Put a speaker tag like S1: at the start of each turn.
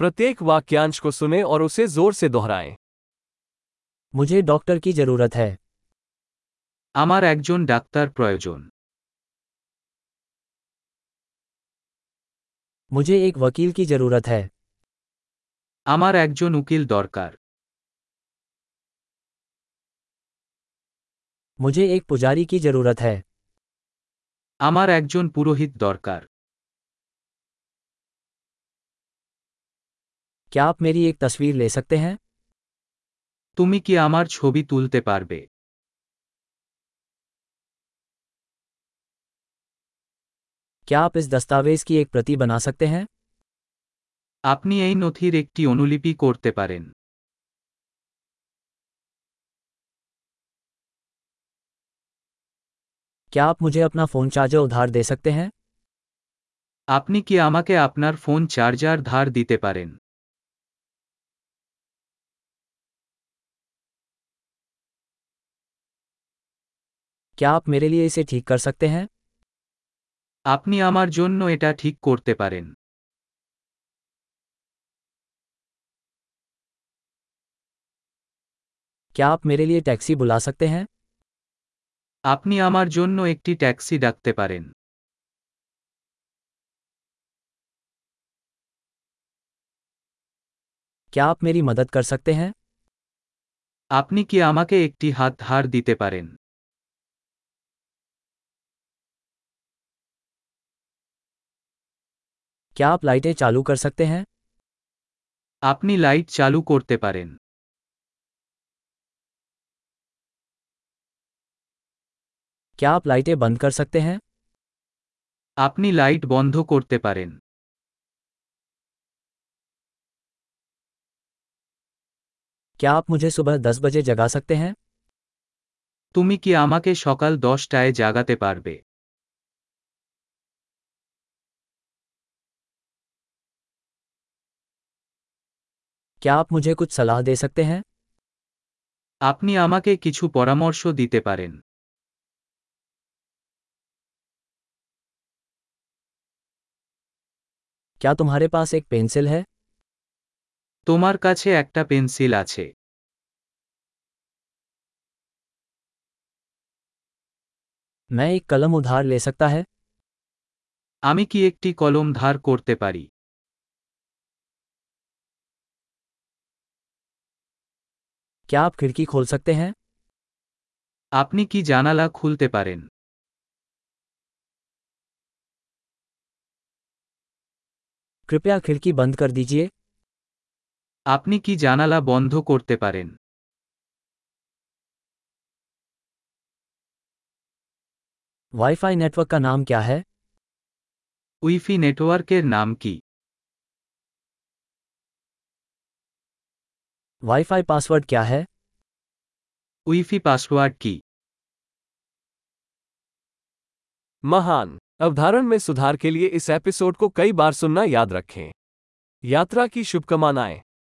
S1: प्रत्येक वाक्यांश को सुने और उसे जोर से दोहराएं
S2: मुझे डॉक्टर की जरूरत है
S3: আমার একজন ডাক্তার প্রয়োজন
S2: मुझे एक वकील की जरूरत है
S3: আমার একজন উকিল দরকার
S2: मुझे एक पुजारी की जरूरत है
S3: আমার একজন পুরোহিত দরকার
S2: क्या आप मेरी एक तस्वीर ले सकते हैं
S3: তুমি কি আমার ছবি তুলতে পারবে
S2: क्या आप इस दस्तावेज की एक प्रति बना सकते हैं
S3: আপনি এই নথির একটি অনুলিপি করতে পারেন
S2: क्या आप मुझे अपना फोन चार्जर उधार दे सकते हैं
S3: আপনি কি আমাকে আপনার ফোন চার্জার ধার দিতে পারেন
S2: क्या आप मेरे लिए इसे ठीक कर सकते हैं
S3: আপনি আমার জন্য এটা ঠিক করতে পারেন
S2: क्या आप मेरे लिए टैक्सी बुला सकते हैं
S3: আপনি আমার জন্য একটি ট্যাক্সি ডাকতে পারেন
S2: क्या आप मेरी मदद कर सकते हैं
S3: আপনি কি আমাকে একটি হাত ধার দিতে পারেন
S2: क्या आप लाइटें चालू कर सकते हैं
S3: আপনি লাইট চালু করতে পারেন
S2: क्या आप लाइटें बंद कर सकते हैं
S3: আপনি লাইট বন্ধ করতে পারেন
S2: क्या आप मुझे सुबह दस बजे जगा सकते हैं
S3: তুমি কি আমাকে সকাল দশটায় জাগাতে পারবে
S2: क्या आप मुझे कुछ सलाह दे सकते हैं
S3: আপনি আমাকে কিছু পরামর্শ দিতে পারেন
S2: क्या तुम्हारे पास एक पेंसिल है
S3: তোমার কাছে একটা পেন্সিল আছে
S2: मैं एक कलम उधार ले सकता है
S3: আমি কি একটি কলম ধার করতে পারি
S2: क्या आप खिड़की खोल सकते हैं
S3: আপনি কি জানালা খুলতে পারেন
S2: कृपया खिड़की बंद कर दीजिए
S3: আপনি কি জানালা বন্ধ করতে পারেন
S2: वाईफाई नेटवर्क का नाम क्या है
S3: উইফি নেটওয়ার্কের নাম কি
S2: वाईफाई पासवर्ड क्या है
S3: উইফি পাসওয়ার্ড কি
S1: महान अवधारण में सुधार के लिए इस एपिसोड को कई बार सुनना याद रखें यात्रा की शुभकामनाएं